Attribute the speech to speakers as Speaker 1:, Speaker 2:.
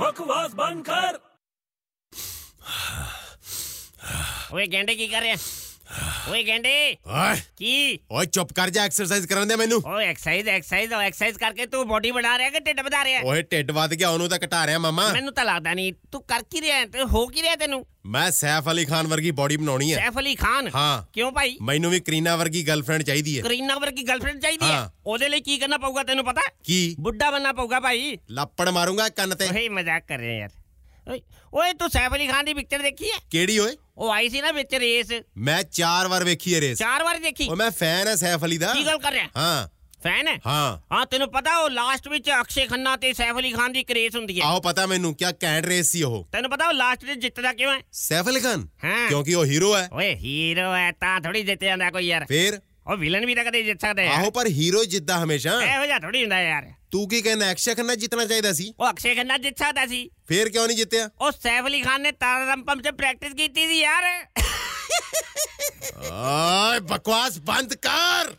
Speaker 1: ਬਕਵਾਸ ਬੰਦ ਕਰ
Speaker 2: ਓਏ ਗੈਂਡੇ ਕੀ ਕਰ ਰਿਹਾ ਓਏ ਗੈਂਡੇ
Speaker 3: ਓਏ
Speaker 2: ਕੀ
Speaker 3: ਓਏ ਚੁੱਪ ਕਰ ਜਾ ਐਕਸਰਸਾਈਜ਼ ਕਰਨ ਦੇ ਮੈਨੂੰ
Speaker 2: ਓਏ ਐਕਸਰਸਾਈਜ਼ ਐਕਸਰਸਾਈਜ਼ ਓ ਐਕਸਰਸਾਈਜ਼ ਕਰਕੇ ਤੂੰ ਬੋਡੀ ਬਣਾ ਰਿਹਾ ਕਿ ਢਿੱਡ ਵਧਾ ਰਿਹਾ
Speaker 3: ਓਏ ਢਿੱਡ ਵੱਧ ਗਿਆ ਉਹਨੂੰ ਤਾਂ ਘਟਾ ਰਿਹਾ ਮਾਮਾ
Speaker 2: ਮੈਨੂੰ ਤਾਂ ਲੱਗਦਾ ਨਹੀਂ ਤੂੰ ਕਰ ਕੀ ਰਿਹਾ ਹੈ ਤੇ ਹੋ ਕੀ ਰਿਹਾ ਤੈਨੂੰ
Speaker 3: ਮੈਂ ਸੈਫ ਅਲੀ ਖਾਨ ਵਰਗੀ ਬਾਡੀ ਬਣਾਉਣੀ ਹੈ
Speaker 2: ਸੈਫ ਅਲੀ ਖਾਨ
Speaker 3: ਹਾਂ
Speaker 2: ਕਿਉਂ ਭਾਈ
Speaker 3: ਮੈਨੂੰ ਵੀ ਕਰੀਨਾ ਵਰਗੀ ਗਰਲਫ੍ਰੈਂਡ ਚਾਹੀਦੀ ਹੈ
Speaker 2: ਕਰੀਨਾ ਵਰਗੀ ਗਰਲਫ੍ਰੈਂਡ ਚਾਹੀਦੀ ਹੈ
Speaker 3: ਹਾਂ।
Speaker 2: ਉਹਦੇ ਲਈ ਕੀ ਕਰਨਾ ਪਊਗਾ ਤੈਨੂੰ ਪਤਾ ਹੈ?
Speaker 3: ਕੀ
Speaker 2: ਬੁੱਢਾ ਬੰਨਾ ਪਊਗਾ ਭਾਈ
Speaker 3: ਲੱਪੜ ਮਾਰੂੰਗਾ ਕੰਨ ਤੇ
Speaker 2: ਓਏ ਮਜ਼ਾਕ ਕਰ ਰਿਹਾ ਯਾਰ ਓਏ- ਓਏ ਤੂੰ ਸੈਫ ਅਲੀ ਖਾਨ ਦੀ ਪਿਕਚਰ ਦੇਖੀ ਹੈ
Speaker 3: ਕਿਹੜੀ ਓਏ
Speaker 2: ਉਹ ਆਈ ਸੀ ਨਾ ਵਿੱਚ ਰੇਸ
Speaker 3: ਮੈਂ ਚਾਰ ਵਾਰ ਵੇਖੀ ਹੈ ਰੇਸ
Speaker 2: ਚਾਰ ਵਾਰ ਦੇਖੀ
Speaker 3: ਓ ਮੈਂ ਫੈਨ ਹੈ ਸੈਫ ਅਲੀ ਦਾ
Speaker 2: ਕੀ ਗੱਲ ਕਰ ਰਿਹਾ
Speaker 3: ਹਾਂ
Speaker 2: ਫੈਨ ਹੈ
Speaker 3: ਹਾਂ
Speaker 2: ਹਾਂ ਤੈਨੂੰ ਪਤਾ ਉਹ ਲਾਸਟ ਵਿੱਚ ਅਕਸ਼ੇ ਖੰਨਾ ਤੇ ਸੈਫ ਅਲੀ ਖਾਨ ਦੀ ਕ੍ਰੇਸ ਹੁੰਦੀ ਹੈ
Speaker 3: ਆਹੋ ਪਤਾ ਮੈਨੂੰ ਕਿਆ ਕੈਂਡ ਰੇਸ ਸੀ ਉਹ
Speaker 2: ਤੈਨੂੰ ਪਤਾ ਉਹ ਲਾਸਟ ਵਿੱਚ ਜਿੱਤਦਾ ਕਿਉਂ ਹੈ
Speaker 3: ਸੈਫ ਅਲੀ ਖਾਨ
Speaker 2: ਹਾਂ।
Speaker 3: ਕਿਉਂਕਿ ਉਹ ਹੀਰੋ ਹੈ
Speaker 2: ਓਏ ਹੀਰੋ ਹੈ ਤਾਂ ਥੋੜੀ ਜਿੱਤ ਜਾਂਦਾ ਕੋਈ ਯਾਰ
Speaker 3: ਫੇਰ
Speaker 2: ਉਹ ਵਿਲਨ ਵੀ ਤਾਂ ਕਦੇ ਜਿੱਤ ਸਕਦਾ ਯਾਰ
Speaker 3: ਆਹੋ ਪਰ ਹੀਰੋ ਜਿੱਤਦਾ ਹਮੇਸ਼ਾ
Speaker 2: ਇਹੋ ਜਿਹਾ ਥੋੜੀ ਹੁੰਦਾ ਯਾਰ
Speaker 3: ਤੂੰ ਕੀ ਕਹਿੰਦਾ ਐਕਸ਼ਾ ਖੰਨਾ ਜਿੱਤਣਾ ਚਾਹੀਦਾ ਸੀ
Speaker 2: ਉਹ ਅਕਸ਼ੇ ਖੰਨਾ ਜਿੱਤ ਸਕਦਾ ਸੀ
Speaker 3: ਫੇਰ ਕਿਉਂ ਨਹੀਂ ਜਿੱਤਿਆ
Speaker 2: ਉਹ ਸੈਫ ਅਲੀ ਖਾਨ ਨੇ ਤਾਰਦੰਪਮ 'ਚ ਪ੍ਰੈਕਟਿਸ ਕੀਤੀ ਸੀ ਯਾਰ
Speaker 3: ਓਏ ਬਕਵਾਸ ਬੰਦ ਕਰ